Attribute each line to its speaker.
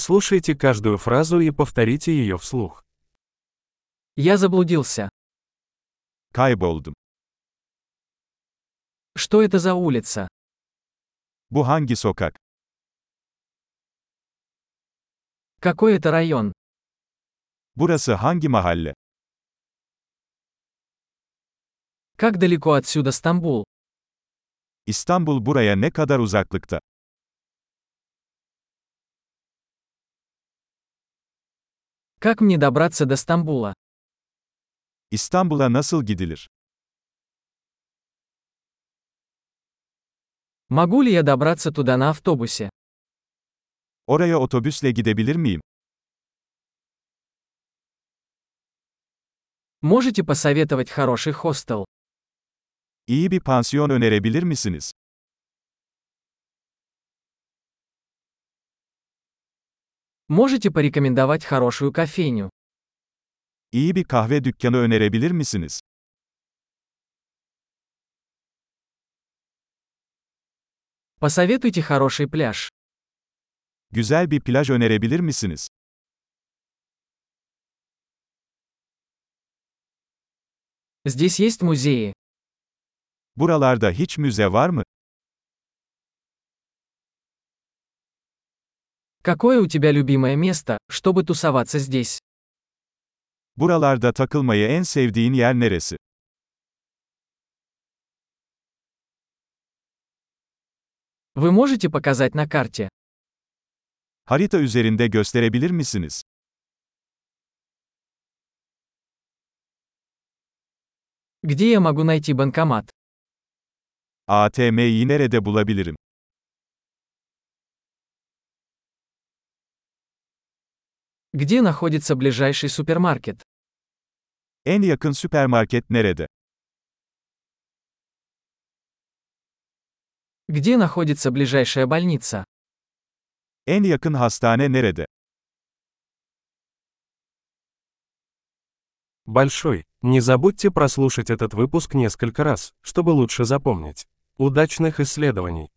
Speaker 1: Прослушайте каждую фразу и повторите ее вслух.
Speaker 2: Я заблудился.
Speaker 3: Kayboldum.
Speaker 2: Что это за улица?
Speaker 3: Bu hangi sokak?
Speaker 2: Какой это район?
Speaker 3: Burası hangi mahalle?
Speaker 2: Как далеко отсюда Стамбул?
Speaker 3: İstanbul buraya ne kadar uzaklıkta?
Speaker 2: Как мне добраться до Стамбула?
Speaker 3: İstanbul'a nasıl gidilir?
Speaker 2: Могу ли я добраться туда на автобусе?
Speaker 3: Oraya otobüsle gidebilir miyim?
Speaker 2: Можете посоветовать хороший хостел?
Speaker 3: İyi bir pansiyon önerebilir misiniz?
Speaker 2: Можете порекомендовать хорошую кофейню?
Speaker 3: İyi bir kahve dükkanı önerebilir misiniz?
Speaker 2: Посоветуйте хороший пляж.
Speaker 3: Güzel bir plaj önerebilir misiniz?
Speaker 2: Здесь есть музеи.
Speaker 3: Buralarda hiç müze var mı?
Speaker 2: Какое у тебя любимое место, чтобы тусоваться здесь?
Speaker 3: Buralarda takılmayı en sevdiğin yer neresi?
Speaker 2: Вы можете показать на карте?
Speaker 3: Harita üzerinde gösterebilir misiniz?
Speaker 2: Где я могу найти банкомат?
Speaker 3: ATM'yi nerede bulabilirim?
Speaker 2: Где находится ближайший супермаркет?
Speaker 3: En yakın süpermarket nerede?
Speaker 2: Где находится ближайшая больница?
Speaker 3: En yakın hastane nerede?
Speaker 1: Большой. Не забудьте прослушать этот выпуск несколько раз, чтобы лучше запомнить. Удачных исследований!